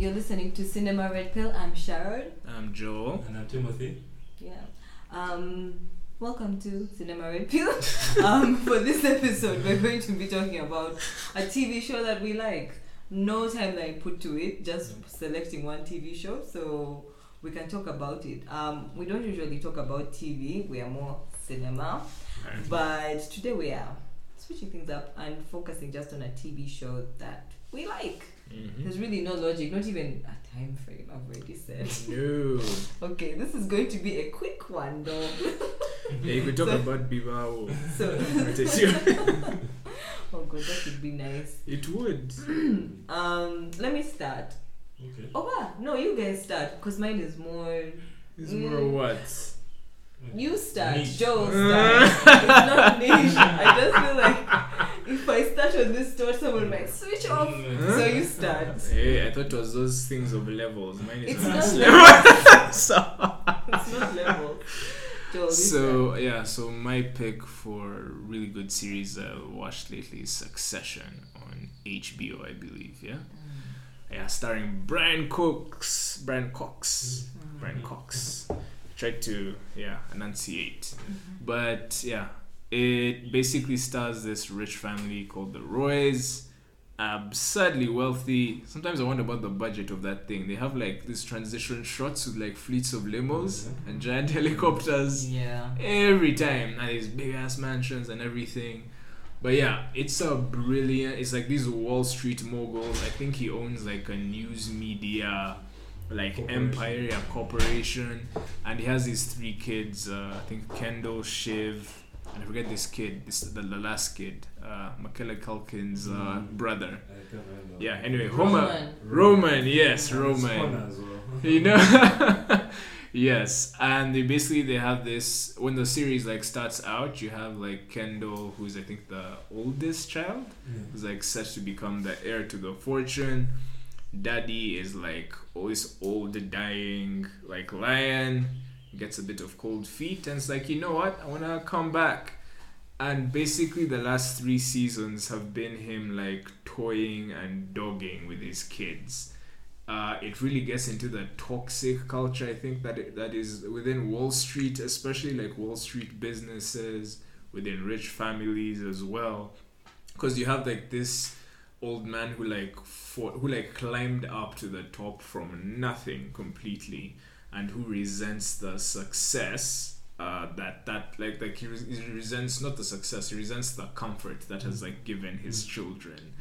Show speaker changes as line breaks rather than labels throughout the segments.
listening to Cinema Red Pill. I'm Sharon.
I'm Joel.
And I'm Timothy.
Yeah. Um, welcome to Cinema Red Pill. um, for this episode, we're going to be talking about a TV show that we like. No timeline put to it, just selecting one TV show so we can talk about it. Um, we don't usually talk about TV, we are more cinema. But today we are switching things up and focusing just on a TV show that we like.
Mm-hmm.
There's really no logic, not even a time frame, I've already said.
No.
Okay, this is going to be a quick one though.
Yeah, you could talk
So-
about Bibao.
So,
It
oh god, that would be nice.
would.
Um, let me start.
Okay.
Oh, wow. no, you guys start because mine is more.
It's more what?
You start,
Niche.
Joe start. it's not niche. I just feel like if I start on this store, someone might switch off.
Mm.
So you start.
Hey, I thought it was those things of levels. Mine is
It's
on
not level.
this so,
It's not level. Joel, you start.
so yeah, so my pick for really good series I watched lately is Succession on HBO, I believe. Yeah, yeah, starring Brian Cox. Brian Cox. Brian Cox. Tried to yeah enunciate. But yeah, it basically stars this rich family called the Roys, absurdly wealthy. Sometimes I wonder about the budget of that thing. They have like these transition shots with like fleets of limos and giant helicopters
Yeah.
every time, and these big ass mansions and everything. But yeah, it's a brilliant. It's like these Wall Street moguls. I think he owns like a news media, like
Corporation.
empire, yeah, corporation, and he has these three kids. Uh, I think Kendall, Shiv, and I forget this kid. This the, the last kid, uh, Michaela Culkin's uh,
Mm.
brother.
I can't remember.
Yeah. Anyway,
Roman.
Homer. Roman, yes, Roman
As well.
you know yes and they basically they have this when the series like starts out you have like kendall who's i think the oldest child
Yeah.
who's like set to become the heir to the fortune daddy is like always old dying like lion gets a bit of cold feet and it's like you know what i want to come back and basically the last three seasons have been him like toying and dogging with his kids uh, it really gets into the toxic culture i think that it, that is within wall street especially like wall street businesses within rich families as well because you have like this old man who like fought, who like climbed up to the top from nothing completely and who resents the success uh, that that like like he, res- he resents not the success he resents the comfort that has like given his children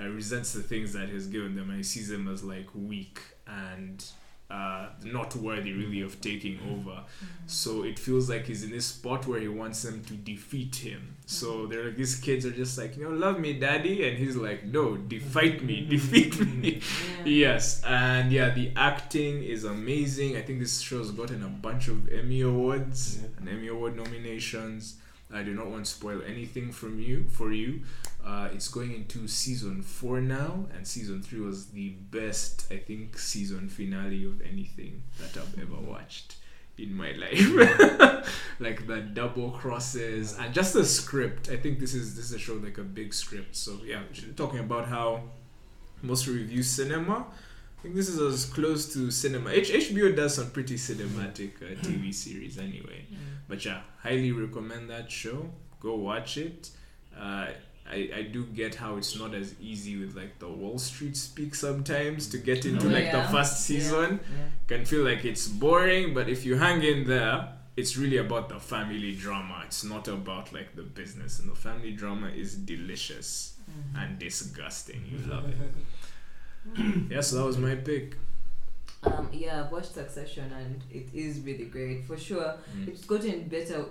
uh, resents the things that he's given them and he sees them as like weak and uh, not worthy really of taking over so it feels like he's in this spot where he wants them to defeat him so they're like these kids are just like you know love me daddy and he's like no defeat me defeat me
Yeah.
Yes, and yeah, the acting is amazing. I think this show's gotten a bunch of Emmy awards
Yeah.
and Emmy award nominations. I do not want to spoil anything from you for you. Uh, it's going into season four now, and season three was the best, I think, season finale of anything that I've ever watched in my life. like the double crosses and just the script. I think this is this is a show with, like a big script. So yeah, talking about how most review cinema. I think this is as close to cinema. H- HBO does some pretty cinematic uh,
Hmm.
TV series anyway. But yeah, highly recommend that show. Go watch it. Uh, I, I do get how it's not as easy with like the Wall Street speak sometimes to get into like
Oh, Yeah.
the first
Yeah.
season can feel like it's boring, but if you hang in there, it's really about the family drama. It's not about like the business, and the family drama is delicious and disgusting. You love it. yeah, so that was my pick.
Um, yeah, I've watched Succession and it is really great for sure.
Mm.
It's gotten better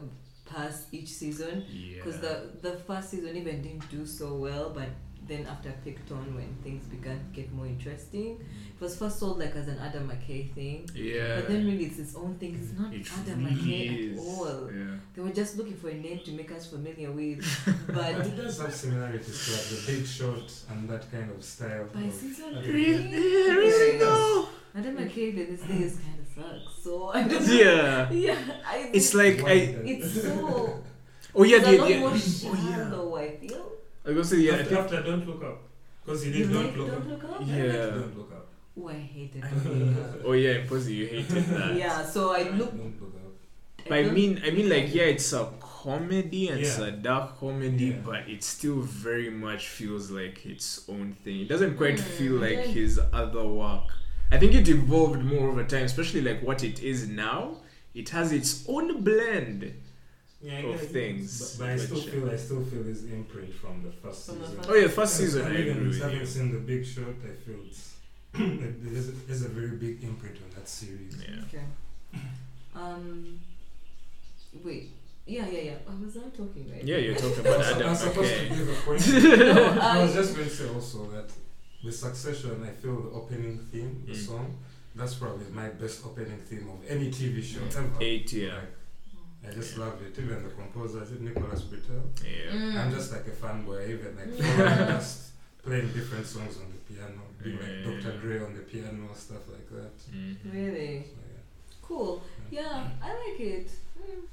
past each season
Yeah.
because the the first season even didn't do so well, but then after picked on when things began to get more interesting, it was first sold like as an Adam McKay thing,
yeah.
but then really it's its own thing. It's not
it
Adam
really
McKay at
is.
all.
Yeah.
They were just looking for a name to make us familiar with,
But
but
it does have similarities to like the big shot and that kind of style.
by
of-
season
Adam
three,
Yeah, really no.
Adam McKay did this thing is kind of sucks. So I don't.
Yeah.
Yeah, I
It's like I.
Why-
It's so.
Oh yeah,
it's
the,
a lot more
the, oh yeah.
shallow, I feel.
I was gonna say yeah. I
after,
think,
after Don't Look Up. Because he
You
did Don't
like
Look
Don't
Up.
Look Up?
yeah.
Don't Look Up.
Oh, I hated
I
doing
know.
that.
Oh yeah, impossible. You hated that.
Yeah, so I looked.
Don't do that.
But I
don't-
mean, I mean, like, yeah, it's a comedy and it's
Yeah.
a dark comedy,
Yeah.
but it still very much feels like its own thing. It doesn't quite feel
Mm.
like
Yeah.
his other work. I think it evolved more over time, especially like what it is now. It has its own blend.
Yeah, I
Of
guess-
things,
But, but I still
which-
feel I still feel his imprint from the first
From the
season.
first
Oh yeah, first season I
And even
agree
if
with
haven't
you.
seen the Big Short, I feel it's there's, a, there's a very big imprint on that series.
Yeah.
Okay. Um. Wait. Yeah, yeah, yeah. I was not talking right.
Yeah, you're talking about
I was- I
Adam
was supposed to
McKay.
give a point.
No,
I was
Oh, I-
just going to say also that with Succession, I feel the opening theme, the
Mm.
song, that's probably my best opening theme of any TV show ever.
Eight, Mm. yeah,
Like, I just love it. Even the composer, is it Nicholas Brittle?
yeah.
Mm.
I'm just like a fanboy, even like
Yeah.
following just playing different songs on the piano, being like
Yeah.
Dr. Dre on the piano, stuff like that.
Mhm.
Really
So, yeah.
cool.
Yeah.
Yeah, I like it. Mm,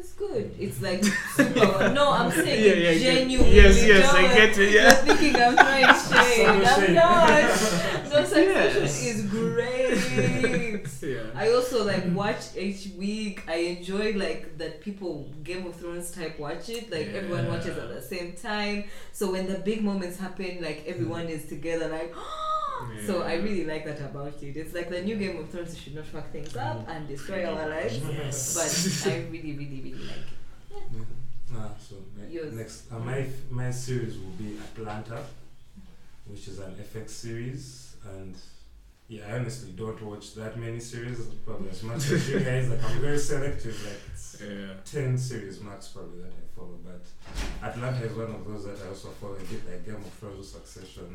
It's good. It's like super. no, I'm saying
Yeah, yeah,
it
yeah.
genuinely.
Yes, yes, I
Don't-
get it,
you're
yeah.
thinking I'm throwing shade.
Subtle
I'm
shade.
not. No, Succession
Yes.
is great.
Yeah.
I also like watch each week. I enjoy like that people Game of Thrones type watch it. Like everyone
Yeah.
watches at the same time. So when the big moments happen, like everyone is together. Like. So I
Yeah.
really like that about it. It's like the new Game of Thrones. You should not fuck things up
Mm.
and destroy our lives.
Yes.
But I really, really, really like it.
Yeah. Ah, so my,
Yours.
next, uh, my f- my series will be Atlanta, which is an FX series, and yeah, I honestly don't watch that many series, probably as much as you guys. Like I'm very selective, like it's
yeah.
ten series max probably that I follow. But Atlanta is one of those that I also follow a bit like Game of Thrones, Succession.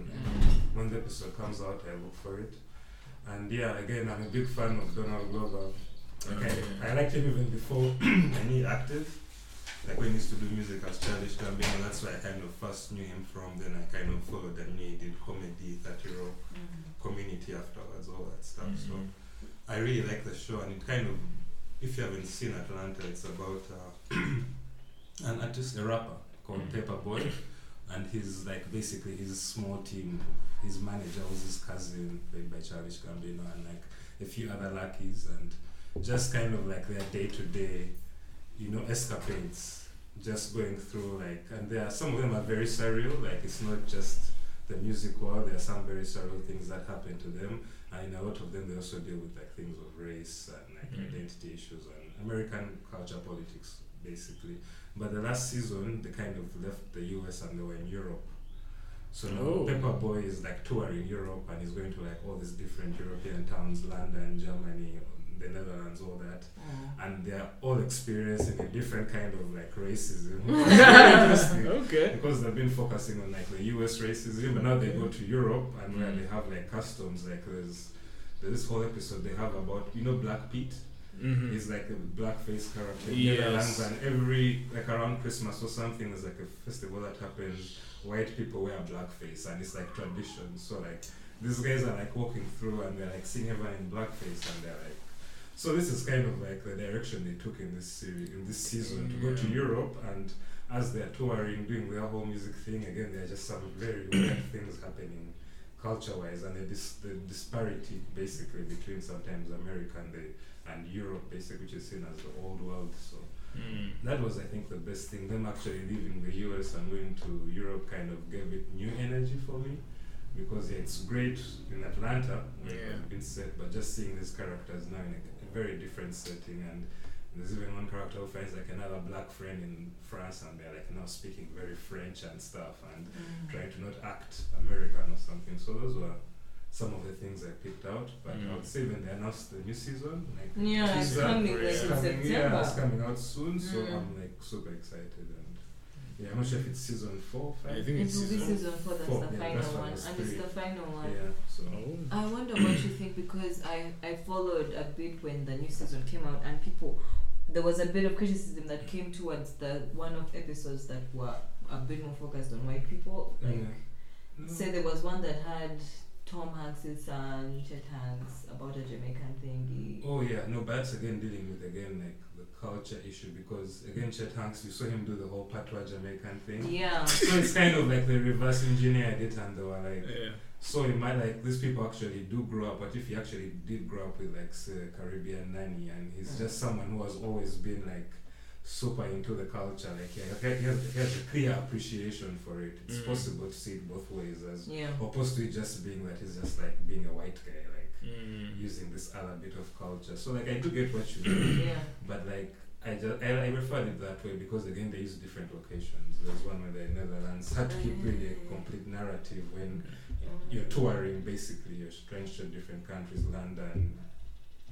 When the episode comes out, I look for it. And yeah, again, I'm a big fan of Donald Glover. Like, I, I liked him even before I knew he acted. Like when he used to do music as Childish Gambino, that's where I kind of first knew him from. Then I kind of followed and knew he did comedy, that Rock, community afterwards, all that stuff. So
Mhm.
I really like the show, and it kind of, if you haven't seen Atlanta, it's about uh, an artist, a rapper called
Mhm.
Paperboy, and he's like basically his small team. His manager was his cousin, played by Childish Gambino, and like a few other lackeys, and just kind of like their day to day, you know, escapades. Just going through like, and there are some of them are very surreal. Like it's not just the music world. There are some very surreal things that happen to them and in a lot of them they also deal with like things of race and like
Mhm.
identity issues and American culture politics basically. But the last season they kind of left the US and they were in Europe. So now
Oh.
Pepperboy is like touring Europe and he's going to like all these different European towns, London, Germany, the Netherlands, all that. And they're all experiencing a different kind of like racism. It's very interesting
okay.
because they've been focusing on like the US racism, but now they go to Europe and where
Mm.
they have like customs. Like there's, there's this whole episode they have about you know Black Pete.
Mhm.
He's like a blackface character in
Yes.
Netherlands, and every like around Christmas or something there's like a festival that happens. White people wear blackface, and it's like tradition. So like these guys are like walking through, and they're like seeing everyone in blackface, and they're like. So this is kind of like the direction they took in this series, in this season, to go to
Yeah.
Europe, and as they're touring, doing their whole music thing again, there are just some very weird things happening, culture-wise, and the, dis- the disparity basically between sometimes America and the and Europe, basically, which is seen as the old world. So
Mm.
that was, I think, the best thing. Them actually leaving the US and going to Europe kind of gave it new energy for me because yeah, it's great in Atlanta, where it has
Yeah.
been set, but just seeing these characters now in a, a very different setting. And there's even one character who finds like another black friend in France, and they're like now speaking very French and stuff, and trying to not act American or something. So those were some of the things I picked out. But I
Mm.
would say when they announced the new season, like
Yeah, it's
Teaser
coming like
for
in
it.
it's coming, yeah, it's
September.
coming out soon, so
Mm.
I'm like super excited and yeah, I'm not sure if it's season four, five.
I
It
think
will be
it's season.
season four. That's
four,
the
yeah,
final
that's what
one,
was
and it's
three.
the final
yeah,
one.
so
Oh.
I wonder what you think because I I followed a bit when the new season came out and people there was a bit of criticism that came towards the one of episodes that were a bit more focused on white people. Like
uh, yeah.
say there was one that had Tom Hanks' son, Chet Hanks, about a Jamaican thingy.
Oh yeah, no, but that's again dealing with again like the culture issue because again Chet Hanks, you saw him do the whole patois Jamaican thing.
Yeah.
So it's kind of like the reverse engineered it and they were like
Yeah.
So you might like these people actually do grow up, but if he actually did grow up with like say Caribbean nanny and he's
Mm.
just someone who has always been like super into the culture, like yeah, he he has, he has a clear appreciation for it. It's
Mm.
possible to see it both ways as
Yeah.
opposed to it just being that he's just like being a white guy, like
Mm.
using this other bit of culture. So like I do get what you mean.
Yeah.
But like I just I, I referred it that way because again they use different locations. There's one where the Netherlands had to keep really
Mm.
a complete narrative when you're touring basically you're strange to different countries, London,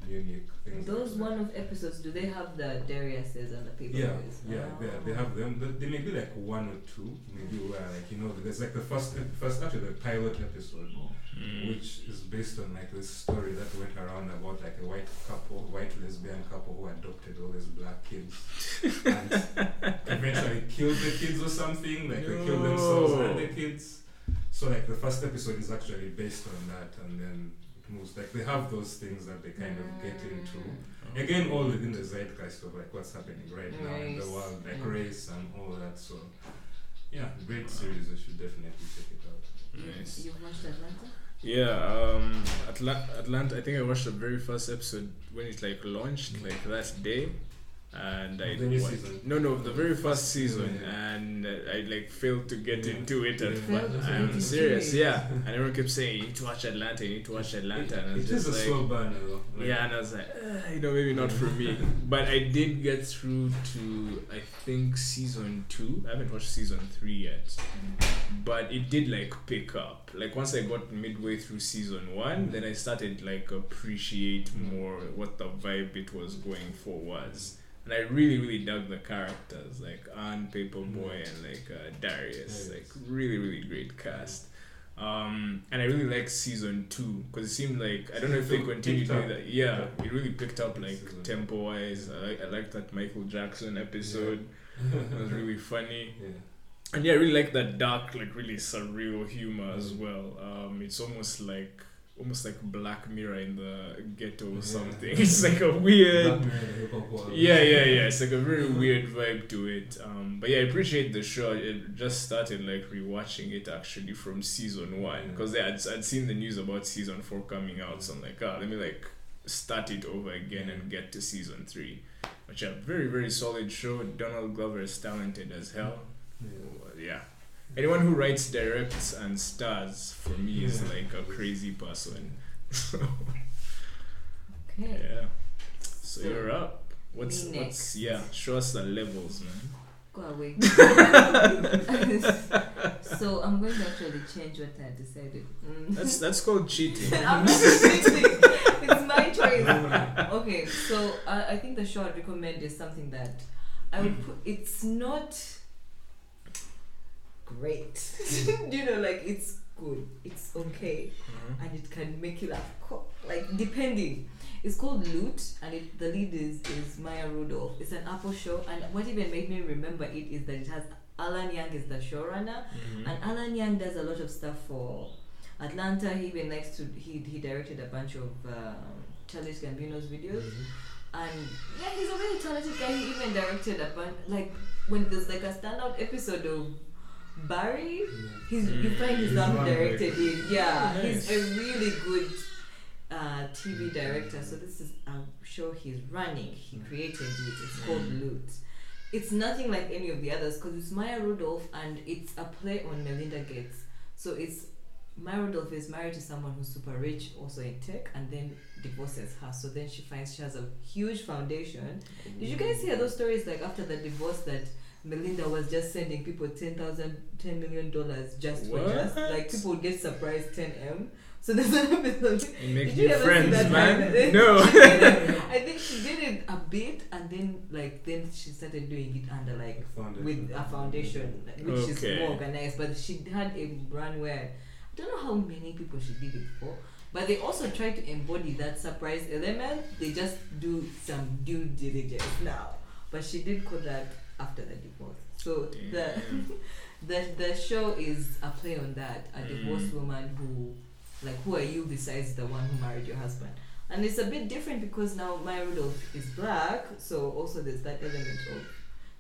Munich, things.
Those
like
one
that.
of episodes, do they have the Darius's and the people? Oh.
Yeah, yeah, they, they have them. They, they may be like one or two, maybe where like you know there's like the first ep- first actually the pilot episode
Mm.
which is based on like this story that went around about like a white couple, white lesbian couple who adopted all these black kids and eventually killed the kids or something. Like they killed themselves and the
No.
kids. So like the first episode is actually based on that, and then it moves. Like they have those things that they kind of get into.
Oh.
Again, all within the zeitgeist of like what's happening right now in the
Race,
world, like
yeah.
race and all that. So yeah, great series. You should definitely check it out.
Nice.
You've watched Atlanta?
Yeah, um, Atla- Atlanta. I think I watched the very first episode when it like launched, like that day, and I
The new
wa-
season.
no no the very first season,
Yeah.
and I like failed to get
Yeah.
into it at
Yeah.
first.
Failed to get
I'm
into
serious,
it.
yeah. And everyone kept saying you need to watch Atlanta, you need to watch Atlanta, and I
It
was
is
just
a
like.
slow burner though. Like,
yeah, and I was like, uh, you know, maybe not for me. But I did get through to, I think, season two. I haven't watched season three yet. But it did, like, pick up. Like, once I got midway through season one, then I started, like, appreciate more what the vibe it was going for was. And I really, really dug the characters, like Anne, Paperboy, and, like, uh, Darius.
Mm. Darius.
Like, really, really great cast. Um, and I really liked season two because it seemed like I don't know if they
It
continued
picked up.
doing that. Yeah, it really picked up
Good
like
season.
tempo wise. I like I liked that Michael Jackson episode. It was really funny.
Yeah.
And yeah, I really like that dark, like really surreal humor as
Mm.
well. Um, it's almost like almost like Black Mirror in the ghetto or
Yeah.
something. It's like a weird
Black Mirror, the hip-hop world.
yeah, yeah, yeah. It's like a very weird vibe to it. Um, but yeah, I appreciate the show. I just started like rewatching it actually from season one because I'd, I'd seen the news about season four coming out, so I'm like, ah, let me like start it over again and get to season three, which a very very solid show. Donald Glover is talented as hell.
Yeah.
Yeah. Anyone who writes, directs, and stars for me is
Yeah.
like a crazy person. So
Okay.
yeah. So,
So,
you're up. What's
me
what's
next.
yeah? Show us the levels, man.
Go away. so I'm going to actually change what I decided. Mm.
That's that's called cheating.
I'm not cheating. It's my choice. Okay, so uh, I think the show I'd recommend is something that I would put. It's not great. you know, like it's good. It's okay,
Mhm.
and it can make you laugh. co- Like depending. It's called Loot, and it, the lead is is Maya Rudolph. It's an Apple show, and what even made me remember it is that it has Alan Young is the showrunner,
Hmm.
and Alan Yang does a lot of stuff for Atlanta. He even likes to he he directed a bunch of um, Charlie Gambino's videos, and yeah, he's a really talented guy. He even directed a bunch like when there's like a standout episode of Barry. He's you
Mm,
find he's
he's
not
one
directed
director.
it. Yeah, he's
Nice.
a really good. Uh,
Mm.
TV director, so this is a show he's running. He created it. It's called
Mm.
Loot it's nothing like any of the others because it's Maya Rudolph and it's a play on Melinda Gates. So it's Maya Rudolph is married to someone who's super rich, also in tech, and then divorces her. So then she finds she has a huge foundation. Did you guys hear those stories like after the divorce that Melinda was just sending people 10,000, 10 million dollars just for just
What?
like people would get surprised 10 M. So there's an episode
You make
Did you
new
ever see
friends,
that
man.
guy?
No.
I think she did it a bit and then like then she started doing it under like
Foundation.
with a foundation like, which
Okay.
is more organized but she had a brand where I don't know how many people she did it for but they also try to embody that surprise element they just do some due diligence now but she did call that after the divorce so the
Damn.
the the show is a play on that a divorced
Mm.
woman who like who are you besides the one who married your husband and it's a bit different because now Maya Rudolph is black so also there's that element of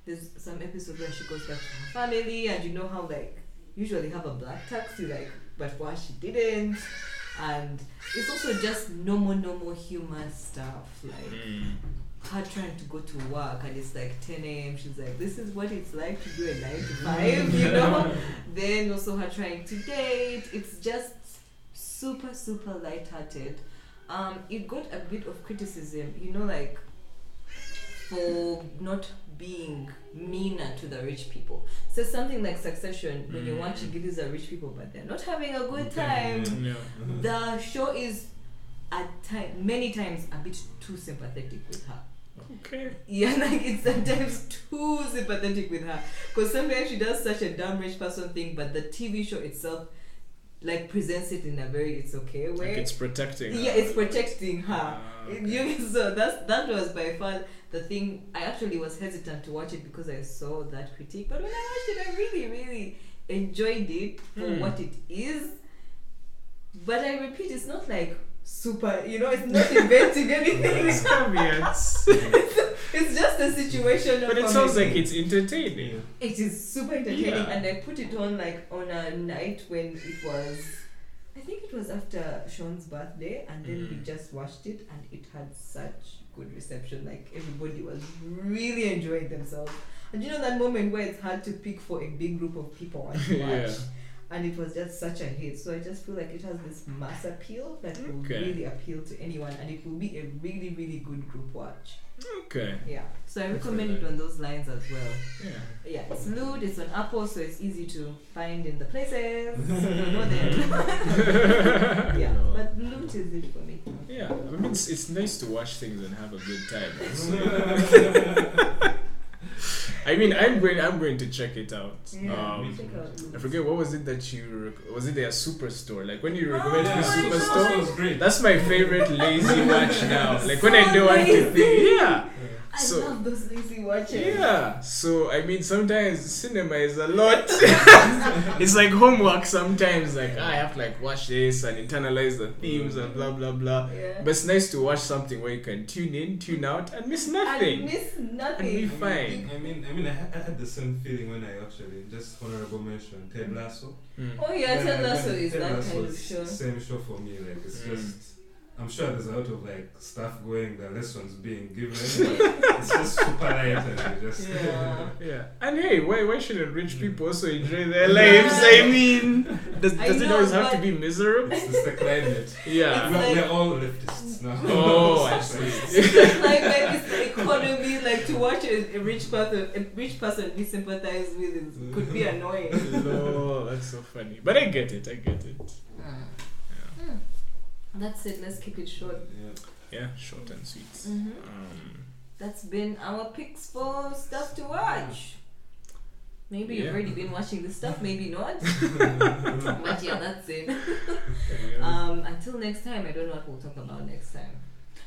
there's some episodes where she goes back to her family and you know how like usually have a black taxi like but why she didn't. And it's also just normal, normal human stuff. Like
Mm.
her trying to go to work and it's like 10 a.m. She's like, this is what it's like to do a 9 to 5, you know? then also her trying to date. It's just super, super light-hearted. Um, it got a bit of criticism, you know, like for not being meaner to the rich people. So something like Succession, when you want
Mm.
to give these are rich people, but they're not having a good
Okay.
time
Yeah.
the show is at time many times a bit too sympathetic with her
Okay.
yeah like it's sometimes too sympathetic with her because sometimes she does such a dumb rich person thing but the tv show itself like presents it in a very it's okay way
Like it's protecting.
yeah
her.
it's protecting her
Ah, okay.
you, so that's that was by far the thing i actually was hesitant to watch it because i saw that critique but when i watched it i really really enjoyed it for
Hmm.
what it is but i repeat it's not like super you know it's not inventing anything
It's obvious.
it's just a situation
but it sounds like it's entertaining.
it is super entertaining
Yeah.
and i put it on like on a night when it was i think it was after sean's birthday and then we
Mm.
just watched it and it had such good reception like everybody was really enjoying themselves and you know that moment where it's hard to pick for a big group of people and to watch
Yeah.
and it was just such a hit so i just feel like it has this mass appeal that will
Okay.
really appeal to anyone and it will be a really really good group watch
Okay.
yeah so i
That's
recommend
really
it on those lines as well
Yeah.
yeah, it's lewd, it's on Apple, so it's easy to find in the places. You know them. yeah, but lewd is it for me.
Yeah. I mean, it's, it's nice to watch things and have a good time. also. I mean, I'm going. I'm going to check it out.
Yeah,
Um,
check out
I
lewd.
forget what was it that you rec- was it their superstore? Like when you
Oh
recommend me
my
superstore,
God.
was great.
that's my favorite lazy watch now. Like when I don't want to
Lazy.
think, yeah,
I
so-
love those lazy watches.
yeah. So I mean, sometimes cinema is a lot. it's like homework sometimes. Like I have to like watch this and internalize the themes and blah blah blah.
Yeah.
But it's nice to watch something where you can tune in, tune out, and miss
I
nothing.
miss
And be
nothing.
fine.
I mean, I mean, I, ha- I had the same feeling when I actually just honorable mention Ted Lasso.
Mm.
Oh yeah, Ted
Yeah,
Lasso
but
is
Ted
that
Lasso
kind of
is
show.
Same show for me. Like it's
Mm.
just. I'm sure there's a lot of like stuff going, the lessons being given. but it's just super light and you just.
Yeah.
Yeah, and hey, why why shouldn't rich people also enjoy their lives? I mean, does,
I
does it
know,
always have to
but-
be miserable?
it's just the climate.
Yeah.
We're,
like-
we're all leftists now.
Oh, I
So
see.
it's-
It's like like it's the economy, like to watch a, a rich person, a rich person be sympathized with is, could be annoying.
Lol, that's so funny. But I get it. I get it.
Mm. That's it. Let's keep it short.
Yeah.
Yeah, short and sweet.
Mhm.
Um,
That's been our picks for stuff to watch. Maybe
Yeah.
you've already been watching this stuff, maybe not. but yeah, that's it.
yeah.
Um, until next time, I don't know what we'll talk about next time.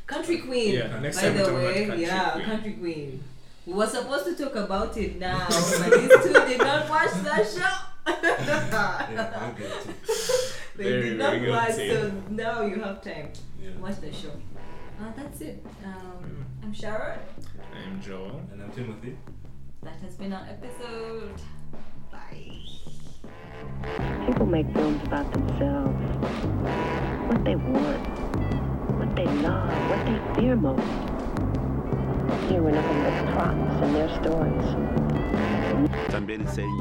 Country Queen.
yeah. Next
By
time we
the
talk
way,
about country.
yeah,
queen.
Country Queen. We were supposed to talk about it now, but these two did not watch that show.
Yeah, I get it.
they
Very,
did
very
not
good
watch,
team.
so now you have time.
Yeah.
Watch the show. Uh, that's it. Um, I'm Sharon.
I'm Joel.
And I'm Timothy.
That has been our episode. Bye.
People make films about themselves, what they want, what they love, what they fear most. Here we're looking at the props and their stories.
También se